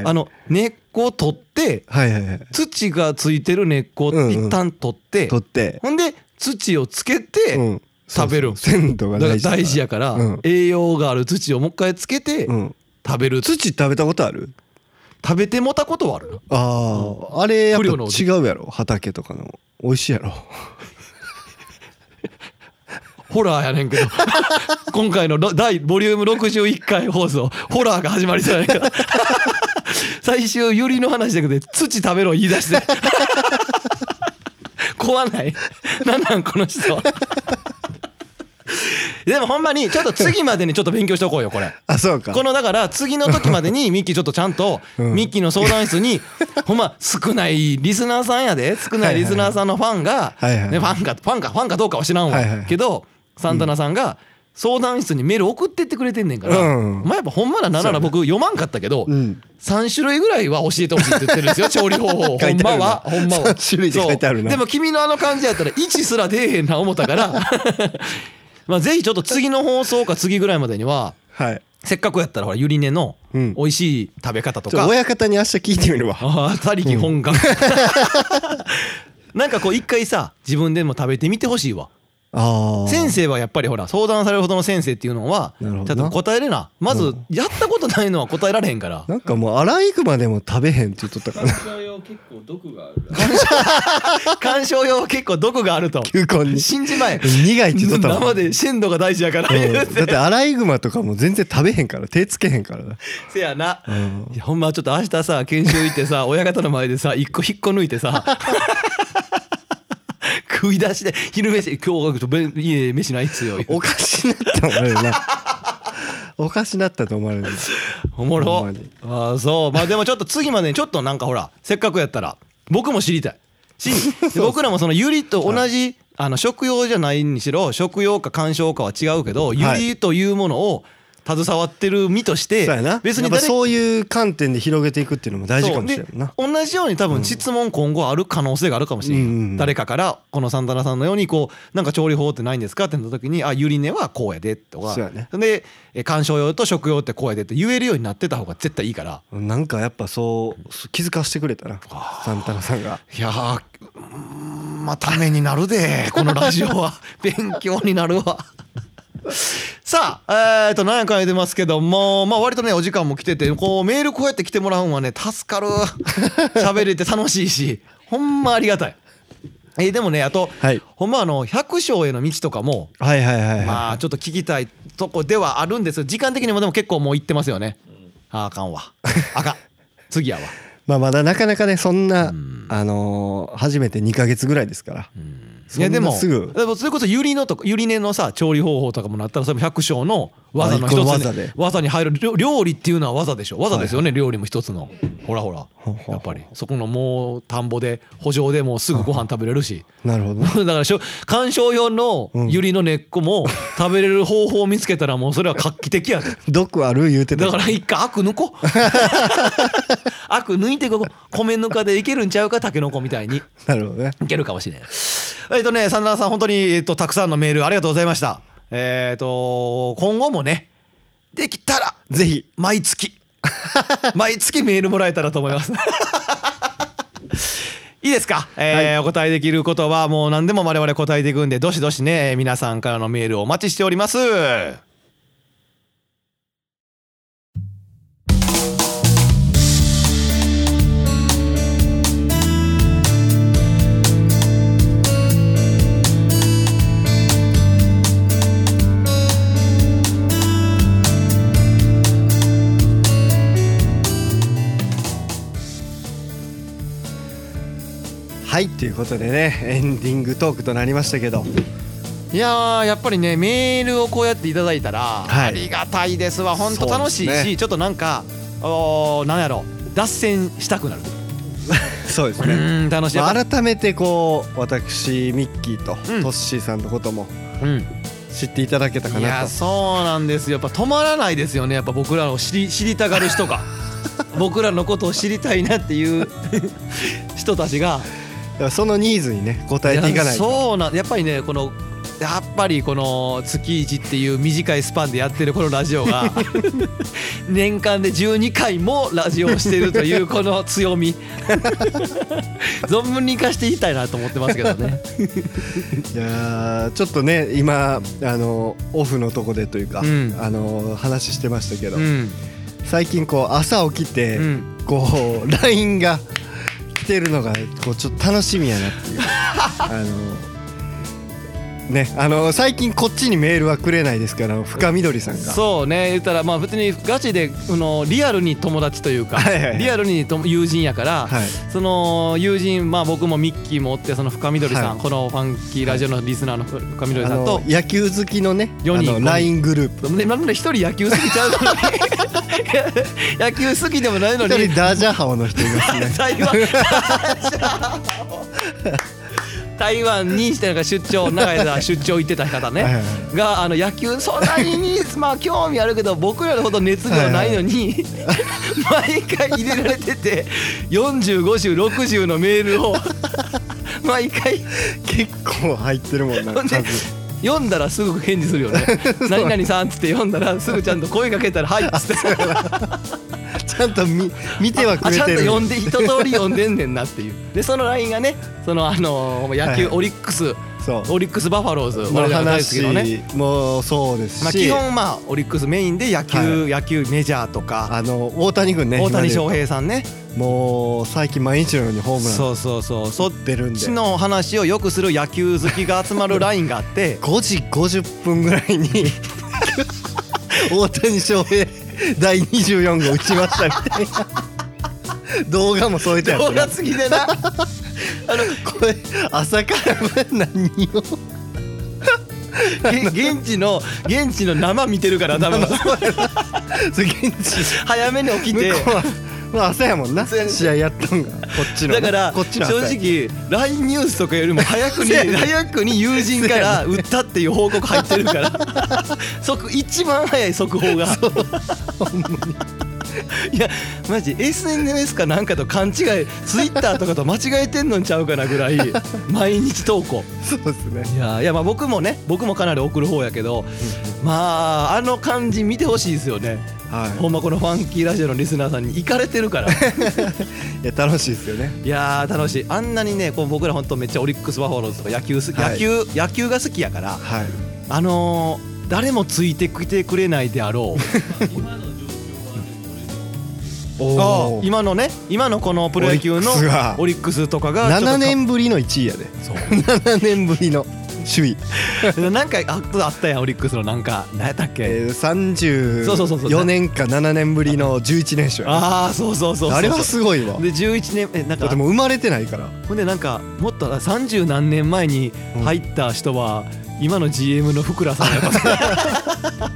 あの根っこを取ってはいはいはい土がついてる根っこうんうをん一旦取って、取って、ほんで土をつけて、うん食べるそうそう鮮度がだか大ら事大事やから、うん栄養がある土をもう一回つけて、うん食べる土土食べたことある食べてもたことはあるなあああれやっ不ぱ良の違うやろ畑とかの美味しいやろ ホラーやねんけ ど今回のろ第ボリューム61回放送ホラーが始まりそうやねんけ ど最終ユリの話だけで土食べろ言い出して 怖ないなんなんこの人は でもほんまにちょっと次までにちょっと勉強しとこうよこれ。あそうかこのだから次の時ま でにミッキーちょっとちゃんとうんミッキーの相談 室にほんま少ないリスナーさんやで少ないリスナーさんのファンがはいはいねファンかファンかファンかどうかは知らんわはいはいけどサンタナさんが相談室にメール送ってってくれてんねんからうんまあやっぱほんまななんなら僕読まんかったけどうん3種類ぐらいは教えてほしいって言ってるん ですよ調理方法を書ほいんてあまるなはほんまは3種類って書いてあるなそうでも君のあの感じやったら1すら出えへんな思ったから まあぜひちょっと次の放送か次ぐらいまでにははいせっかくやったらほらゆり根のうん美味しい食べ方とちょか、あ親方に明日聞いてみるわ あ他力本願、 なんかこう一回さ自分でも食べてみてほしいわああ先生はやっぱりほら相談されるほどの先生っていうのはちなるょほっどなと答えれなまずやったことないのは答えられへんからなんかもうアライグマでも食べへんって言っとった からな観賞用結構毒 があるらしい鑑賞用は結構毒があ ると球根に信じまえ苦いって言っとったわ生で鮮度が大事やからうん言だうっててアライグマとかも全然食べへんから手つけへんからな せやなうんいやほんまちょっと明日さ研修行っ てさ親方の前でさ一個引っこ抜いてさ 食い出しで昼飯今日はちょっとべん家飯ないっすよおかしなった思われ るなおかしなったと思われるなおもほんろまにああそうまあでもちょっと次までにちょっとなんかほらせっかくやったら僕も知りたいし で僕らもそのユリと同じあの食用じゃないにしろ食用か観賞かは違うけどユはいリというものを携わってる身としてそうやな別やっにぱ誰そういう観点で広げていくっていうのも大事かもしれんなそうで同じように多分質問今後ある可能性があるかもしれない、うんうんうん誰かからこのサンタナさんのようにこうなんか調理法ってないんですかってなった時に「あゆり根はこうやで」とかそうやねでえ観賞用と食用ってこうやでって言えるようになってた方が絶対いいからなんかやっぱそう気づかしてくれたなサンタナさんがいやーうーんまあためになるでこのラジオは勉強になるわ。 さあ、えー、と何回出ますけども、まあ、割とねお時間も来ててこうメールこうやって来てもらうんはね助かる 喋れて楽しいしほんまありがたい、えーでもねあと、はいほんまあの百姓への道とかもはいはいはいはい、まあちょっと聞きたいとこではあるんです時間的にもでも結構もう行ってますよね、あーあかんわあかん次やわまあまだなかなかねそんな、んあのー初めて2ヶ月ぐらいですから、そいんなやでもすぐでもそれこそゆりのとかゆり根のさ調理方法とかもなったらそれも百姓の技のあ一個の一つ技に、で技に入る料料理っていうのは技でしょ技ですよね、料理も一つのほらほらほうほうやっぱりそこのもう田んぼで補助でもうすぐご飯食べれるし なるほど だからしょ観賞用のゆりの根っこも食べれる方法を見つけたらもうそれは画期的やで 毒ある言うてただから一回悪抜こ う悪抜いてここ米ぬかでいけるんちゃうかたけのこみたいに。なるほどねいけるかもしれない。えっとね、サンダーさん、本当に、えっと、たくさんのメールありがとうございました。えっと、今後もね、できたら、ぜひ毎月、 毎月メールもらえたらと思います。 いいですか、えーお答えできることはもう何でも我々答えていくんでどしどしねえー皆さんからのメールをお待ちしておりますはいということでねエンディングトークとなりましたけどいやーやっぱりねメールをこうやっていただいたら、はいありがたいですわ本当楽しいそうでし、すねちょっとなんかおーなんやろ脱線したくなるそうですうね、ん楽しい、まやっぱあ、改めてこう私ミッキーとうんトッシーさんのこともうん知っていただけたかいなやとそうなんですよやっぱ止まらないですよねやっぱ僕らを知り知りたがる 人が僕らのことを知りたいなっていう人たちがだからそのニーズにね応えていかやないとそうなんやっぱりねこのやっぱりこの月一っていう短いスパンでやってるこのラジオ が年間で12回もラジオをしてるというこの強 み存分に生かしていきたいなと思ってますけどねいやーちょっとね今あのオフのとこでというか、うんあの話してましたけど、うん最近こう朝起きて、うんこう LINE が来てるのがこうちょっと楽しみやなって いうあのねあの最近こっちにメールはくれないですから深緑さんがそうね言ったらまあ別にガチであのリアルに友達というかはいはいはいリアルにと友人やから、はいその友人まあ僕もミッキーもおってその深緑さん、はいこのファンキーラジオのリスナーの深緑あさんとの野球好きのねあ四の人 LINE グループでなんで一人野球好きちゃうのに 野球好きでもないの一に人ダージャハオの人います ね台湾 台湾にしてなんか出張長い間出張行ってた方ねはいはいはがあの野球そんなにまあ興味あるけど僕らほど熱量ないのに毎回入れられてて405060のメール を毎回結構入ってるもんなほんで数読んだらすぐ返事するよね 「何々さん」っつって読んだらすぐちゃんと声かけたら「はい」っつ ってちゃんと見見てはくあれちゃんてとる読んで一通り読んでんねんなっていうでそのラインがねそのあのー野球、はいオリックスそうオリックスバファローズの我々大好き話のね、もそうですし、まあ、基本まあオリックスメインで野球、は野球メジャーとかあの大谷君ね大谷翔今で平さんね言うともう最近毎日のようにホームランそうそうそうそっ打ってるんでちの話をよくする野球好きが集まるラインがあって 5時50分ぐらいに 大谷翔平第24号打ちましたみたいな動画も添えてあってドーナねツぎでなあこれ朝から何をの げ現地の現地の生見てるから多分現地早めに起き向こて。うは、まあ、朝やもんなそうやね試合やったんがこっちのだねからこっち正の朝や直 LINE ニュースとかよりも早 くにせやね早くに友人から売ったっていう報告入ってるから 即一番早い速報がいやマジ SNS かなんかと勘違い Twitter とかと間違えてんのんちゃうかなぐ らい毎日投稿そうですねいやいやまあ僕もね僕もかなり送る方やけどまああの感じ見てほしいですよねはほんまこのファンキーラジオのリスナーさんに行かれてるから。いいや楽しいですよねいやー楽しいあんなにねこう僕ら本当めっちゃオリックス・バファローズとか野球す、はい野球野球が好きやからはいあのー誰もついてきてくれないであろ う今の状況はねおお今のね今のこのプロ野球オリッのクスがオリックスとかがちょっと7年ぶりの1位やで そう7年ぶりの首位、なんかああったやんオリックスのなんか何やったっけ、えー、そうそうそうそう34年か7年ぶりの11連勝やああそうそうそうそうあれはすごいわで11年えなんだっかてもう生まれてないからほんでなんかもっとな30何年前に入った人は、今の GM の福良さんやっ ぱ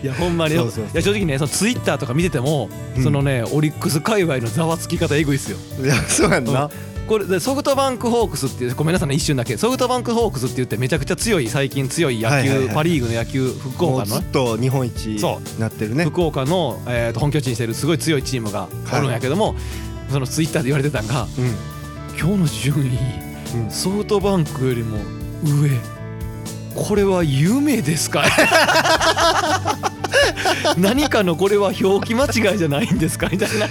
いやほんまにそうそうそういや正直ねそのツイッターとか見てても、うんそのねオリックス界隈のざわつき方えぐいっすよいやそうやんな、これでソフトバンクホークスっていうごめんなさいね一瞬だけソフトバンクホークスって言ってめちゃくちゃ強い最近強い野球、はいはいはいパ・リーグの野球福も岡うのずねっと日本一そになってるね福岡の、えーと本拠地にしてるすごい強いチームがおるんやけども、そのツイッターで言われてたんがうん今日の順位うんソフトバンクよりも上これは夢ですか 何かのこれは表記間違いじゃないんですかみたいない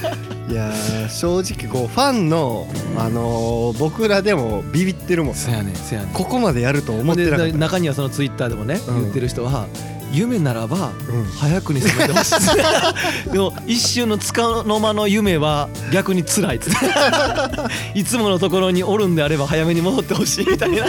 やー正直こうファンの、あのー僕らでもビビってるもんやねそやねここまでやると思ってなかった、中にはそのツイッターでもね、うん言ってる人は夢ならばうん早くに攻めてほし いでも一瞬のつかの間の夢は逆に 辛いっつっていつもの ところにおるんであれば早めに戻ってほしいみたいな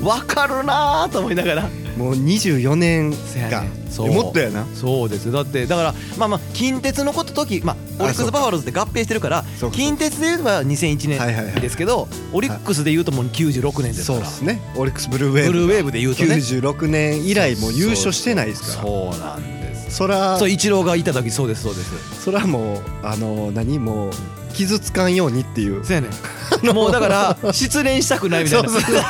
わかるなーと思いながらもう24年せや間ねんそうもっとやなそうですだってだからまあまあ近鉄のこととき、まあ、オリックス・バファローズで合併してるからそうか近鉄で言えば2001はいはいはい年ですけどオリックスで言うともう96年ですそかうらですねオリックスブルーウェーブブルーウェーブで言うとね96年以来もう優勝してないですからそうそうなんですそらそうイチローがいた時そうですそうですそらもうあの何もう傷つかんようにっていうそうや ねんもうだから失恋したくないみたいなそうそう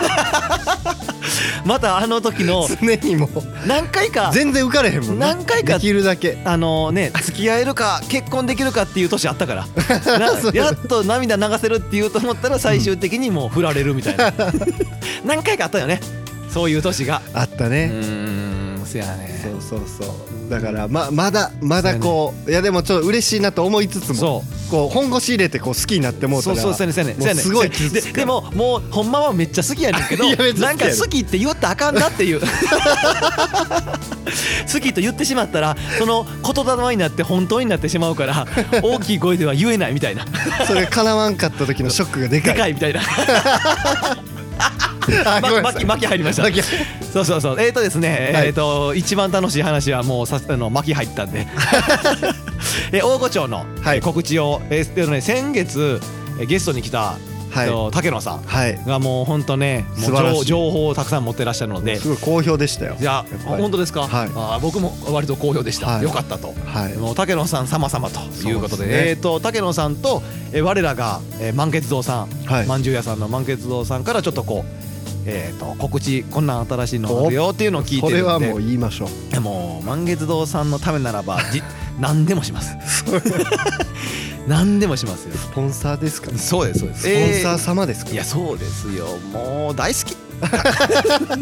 またあの時の常にもう何回か全然浮かれへんもんな何回かできるだけあ のね付き合えるか結婚できるかっていう年あったから なやっと涙流せるっていうと思ったら最終的にもう振られるみた いな何回かあったよねそういう年があったうね、ーんせやねそうそうそうだからままだまだこういやでもちょっと嬉しいなと思いつつもそうこう本腰入れてこう好きになってもうたそうらそうそうやねんそうもうやねんそうやねんすごいそうやねん傷つくででももうほんまはめっちゃ好きやねんけ どいやめっちゃな好んきやかねん好きって言ったらあかんなっていう 好きと言ってしまったらその言霊になって本当になってしまう から大きい声では言えないみたいなそれが叶わんかった時のショックがでかでいかいみたいな あごめまんなさい巻き巻き入りました巻きそうそうそうえっ、ー、とですね、はいえっ、と一番楽しい話はもうさあの巻き入ったん でえー大御町のはい告知を、えーでね、先月えーゲストに来た、はいえーと竹野さんはいがもう本当ねもう素晴らしい情情報をたくさん持ってらっしゃるのですごい好評でしたよいややっぱり本当ですか、はいあー僕も割と好評でした、はいよかったと。はいもう竹野さん様様ということそうでですねえー、と竹野さんと、えー我らが、えー満月堂さん、はいまんじゅう屋さんの満月堂さんからちょっとこう、えー、と告知こんなん新しいのあるよっていうのを聞いてるんこでれはもう言いましょういやもう満月堂さんのためならば じ何でもします 何でもしますよスポンサーですかねそうですそうでスポンサー様ですかいやそうですよもう大好き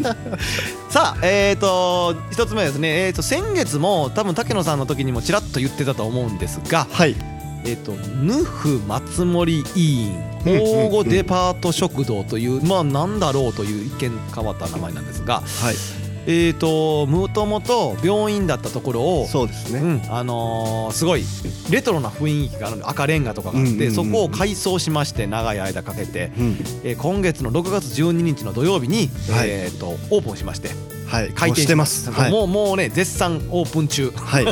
さあえー、と一つ目はですね、えー、と先月も多分竹野さんの時にもちらっと言ってたと思うんですが、はいえー、とヌフ松森委う員んうん大御デパート食堂という、まあなんだろうという一見変わった名前なんですがはいえー、ともともと病院だったところをそうですうねんあのーすごいレトロな雰囲気がある赤レンガとかがあって、うんうんうんそこを改装しまして長い間かけて、うんえー今月の6月12日の土曜日に、はいえー、とオープンしましてはい開もう店してますはいもうもうね絶賛オープン中 はい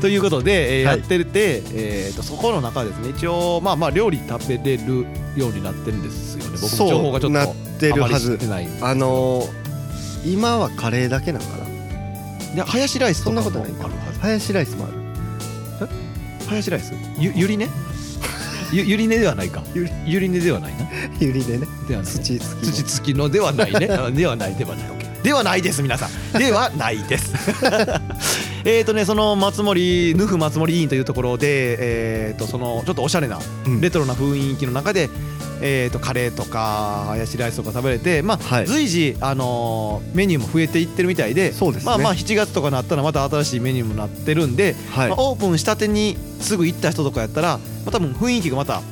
ということで、えーはいやってて、えー、とそこの中ですね一応まあまあ料理食べれるようになってるんですよね僕も情報がちょっとなあってるまりは知っずてないいあのー今はカレーだけなのかなやハヤシライスそとんかなもあこるとはないずかハヤシライスもある ハヤシライスゆゆりね ゆゆりねではない かゆりゆりねではないなゆりでねではない土付き土付きのではない ねあではないではない OK ではないです皆さんではないです えっとねその松森ヌフ松森委員というところでえっとそのちょっとおしゃれなうんレトロな雰囲気の中でえっとカレーとかハヤシライスとか食べれてまはあい随時あのーメニューも増えていってるみたいでそうですねまあまあ7月とかになったらまた新しいメニューもなってるんではいまあオープンしたてにすぐ行った人とかやったら、まあ、多分雰囲気がまた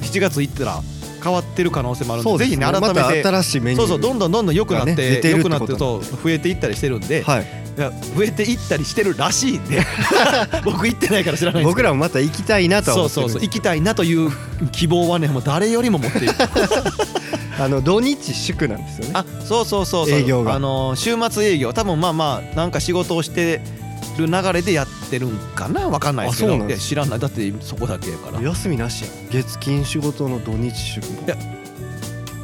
7月行ったら変わってる可能性もあるんでそうですぜひね改めまたて、新しいメニューそうそうどんどんどんどん良くなって,、がね出てるっ良てことくななっんでてると増えていったりしてるんで、はいいや増えていったりしてるらしい んで僕行ってないから知らないんです僕けどらもまた行きたいなとは思そうってそるうそう行きたいなという希望はねもう誰よりも 持っているあの土日祝なんですよねあそうそうそうそう営業があの週末営業多分まあまあなんか仕事をしてる流れでやってるんかなわかんないですけあそどうなんいでやす知らないだってそこだけやから休みなしやん月金仕事の土日祝もいや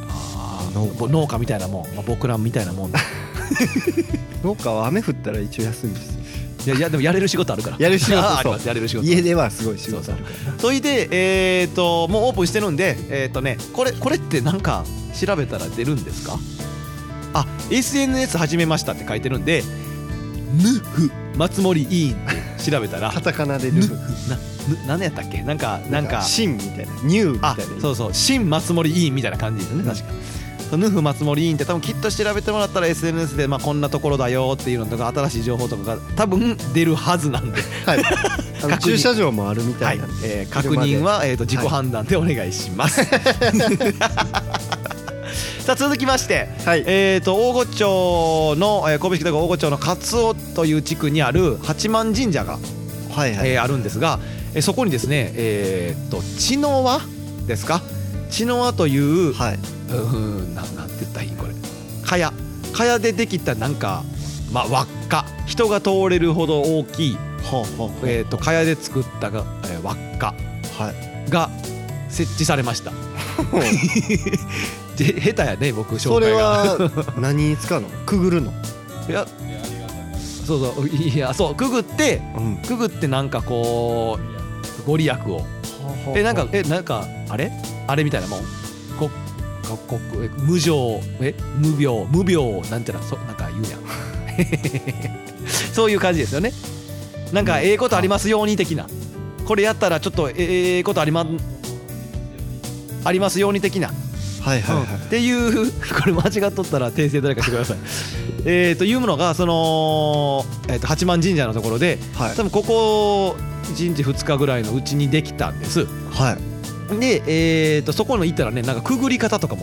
あーぼ農家みたいなもん、まあ、僕らみたいなも んだ農家は雨降ったら一応休みですよいやいやでもやれる仕事あるからやる仕事あーそう ありますやれる仕事家ではすごい仕事あるからそれでえっ、ともうオープンしてるんでえっ、とねこれこれってなんか調べたら出るんですかあ SNS 始めましたって書いてるんで「ヌフ松森委員」って調べた らカタカナでヌルフフなぬ何やったっけなんかなんか新みたいなニューみたあいなそうそう新松森委員みたいな感じですねうん確かそうヌフ松森委員って多分きっと調べてもらったら SNS でまあこんなところだよっていうのとか新しい情報とかが多分出るは ずなんで、 はいあ確の認駐車場もあるみたはいいなんでえー確認は、えー、と自己判断でお願いします、 さあ続きましてはいえー、と大御町の、えー神戸市北区大御町の勝尾という地区にある八幡神社が、はいはいえーあるんですが、えーそこにですね、えー、と茅の輪ですか茅の輪という、はいうん、なんなんて言ったらいいんこれ蚊帳蚊帳でできたなんかまあ、輪っか人が通れるほど大きい、はあはあえー、と蚊帳で作ったが、えー輪っかはい が設置されましたで下手やね僕紹そ介れがは何に使うのくぐるの、いやそうそういやそうくぐってうん、はくぐってなんかこうご利益をあはあえなんかえなんかあれあれみたいなもんこここえ無常え無病無病なんてなそなんか言うやん そういう感じですよねなんかええことありますように的なこれやったらちょっとえええことありまありますように的なはいはいはい、っていうこれ間違っとったら訂正誰かしてくださいえーというものがその、えー、と八幡神社のところではい多分ここ1日2日ぐらいのうちにできたんですはいで、えー、とそこの行ったらねなんかくぐり方とかも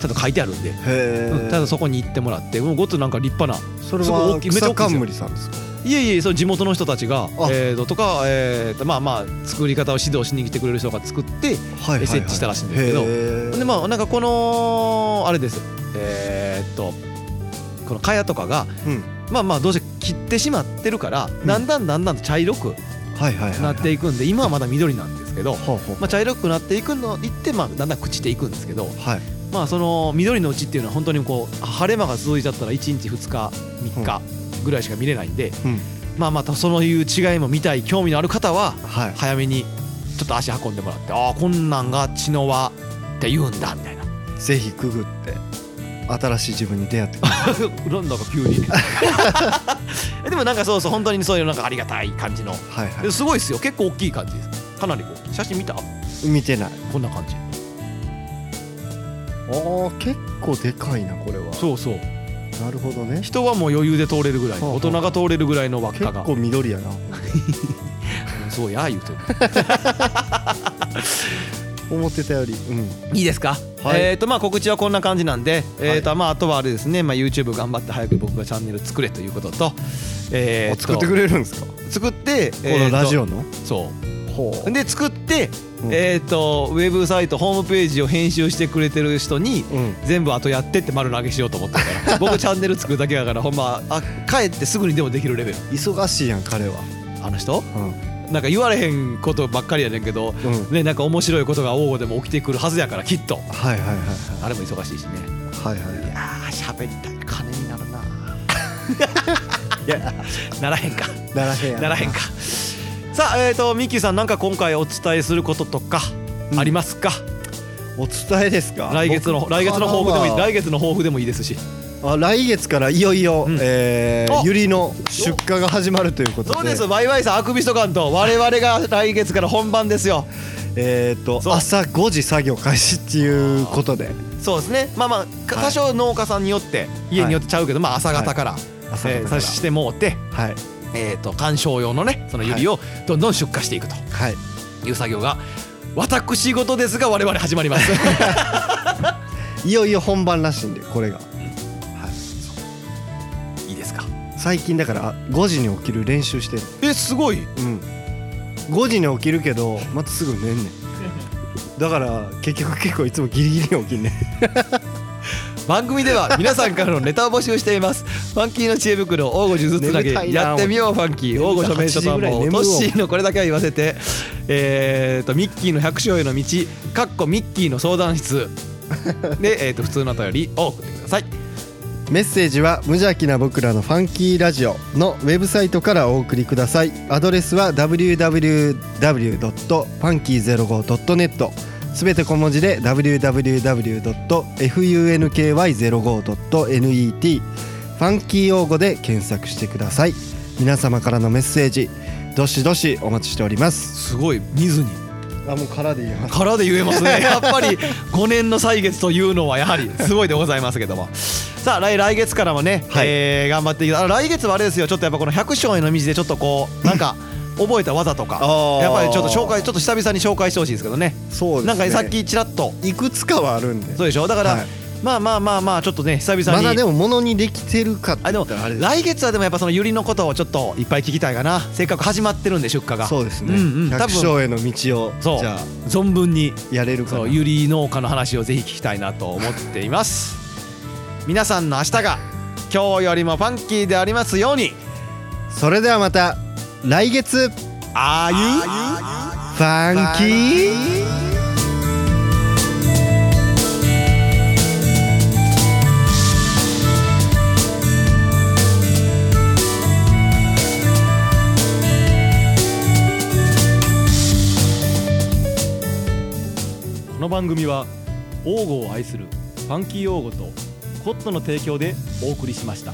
ちゃんと書いてあるんで、へうんえただそこに行ってもらってもうごっつなんか立派なそれすごいは大きいめっちゃ草大きいで冠すよさんですかいえいえその地元の人たちがあ、えー、ととか、えー、とまあまあ作り方を指導しに来てくれる人が作っては設置したらしいんですけどへーでまあなんかこのあれですえー、っとこの蚊帳とかがうんまあまあどうせ切ってしまってるから、んだんだんだんだんと茶色くはいはいはいはいなっていくんで今はまだ緑なんですけど、ほうほうまあ、茶色くなっていくのいって、まあ、だんだん朽ちていくんですけど、はいまあ、その緑のうちっていうのは本当にこう晴れ間が続いちゃったら1日2日3日ぐらいしか見れないんで、うんまあまたそういう違いも見たい興味のある方ははい早めにちょっと足運んでもらってああこんなんが血の輪って言うんだみたいな。 ぜひくぐって新しい自分に出会ってくださいなんだか急に でもなんかそうそう本当にそういうなんかありがたい感じの はいはですごいですよ結構大きい感じですかなり大きい写真見たい見てないこんな感じあー結構でかいなこれはそうそうなるほどね人はもう余裕で通れるぐらいはあはあ大人が通れるぐらいの輪っ結かが構緑や なそうや言うとる思ってたよりうんいいですか、はいえっ、とまあ告知はこんな感じなんで、えっ、とまああとはあれですねまあ YouTube 頑張って早く僕がチャンネル作れということとえあーと作ってくれるんですかこ作ってこのラジオのそうほうで作って、うんえー、とウェブサイトホームページを編集してくれてる人にうん全部あとやってって丸投げしようと思った から僕チャンネル作るだけだからほんまあ帰ってすぐにでもできるレベル忙しいやん彼はあの人うなんか言われへんことばっかりやねんけど、んうんね、なんか面白いことが王でも起きてくるはずやからきっとはいはいはいあれも忙しいしねはいはいはいいやー喋りたい金になるな いやならへんかならへんやならへんかさあえー、とミッキーさんなんか今回お伝えすることとかありますか、お伝えですか来月の僕来月の抱負でもいいからは来月の抱負でもいいですしあ来月からいよいよ、うんえーおゆりの出荷が始まるということでそうですワイワイさんアクビストカンと我々が来月から本番ですよえー、とそう朝5時作業開始っていうことでそうですねまあまあかはい多少農家さんによって家によってちゃうけど、まあ朝方から、朝え方ーからさしてもうてはいえー、と観賞用のねそのユリをどんどん出荷していくとはいいう作業が私事ですが我々始まりますいよいよ本番らしいんでこれが、はい、いいですか最近だから5時に起きる練習してるえすごいうん5時に起きるけどまたすぐ 寝んねんだから結局結構いつもギリギリに起きんねん番組では皆さんからのネタを募集していますファンキーの知恵袋大御術つな眠たげいなやってみようファンキー大御署名所とは8時ぐもらい眠うるトわッシーのこれだけは言わせてえーとミッキーの百姓への道かっこミッキーの相談室でえーと普通のお便りを送ってくださいメッセージは無邪気な僕らのファンキーラジオのウェブサイトからお送りくださいアドレスは www.funky05.net すべて小文字で www.funky05.net ファンキー用語で検索してください皆様からのメッセージどしどしお待ちしておりますすごい見ずにあもう空で言いまからで言えます ねやっぱり5年の歳月というのはやはりすごいでございますけどもさあ来来月からもね、はいえー頑張っていきたいあ来月はあれですよちょっとやっぱこの百姓への道でちょっとこうなんか覚えた技とかあーやっぱりちょっと紹介ちょっと久々に紹介してほしいですけどねそうですねなんかさっきちらっといくつかはあるんでそうでしょだから、はいまあまあまあまあちょっとね久々にまだでもものにできてるかってあで言もったらあれです来月はでもやっぱそのユリのことをちょっといっぱい聞きたいかなせっかく始まってるんで出荷がそうですね、んうん、多百分姓への道をそうじゃあ存分にやれるかそなうゆり農家の話をぜひ聞きたいなと思っています皆さんの明日が今日よりもファンキーでありますようにそれではまた来月フああいうァンキーこの番組は王語を愛するファンキー王語とコットの提供でお送りしました。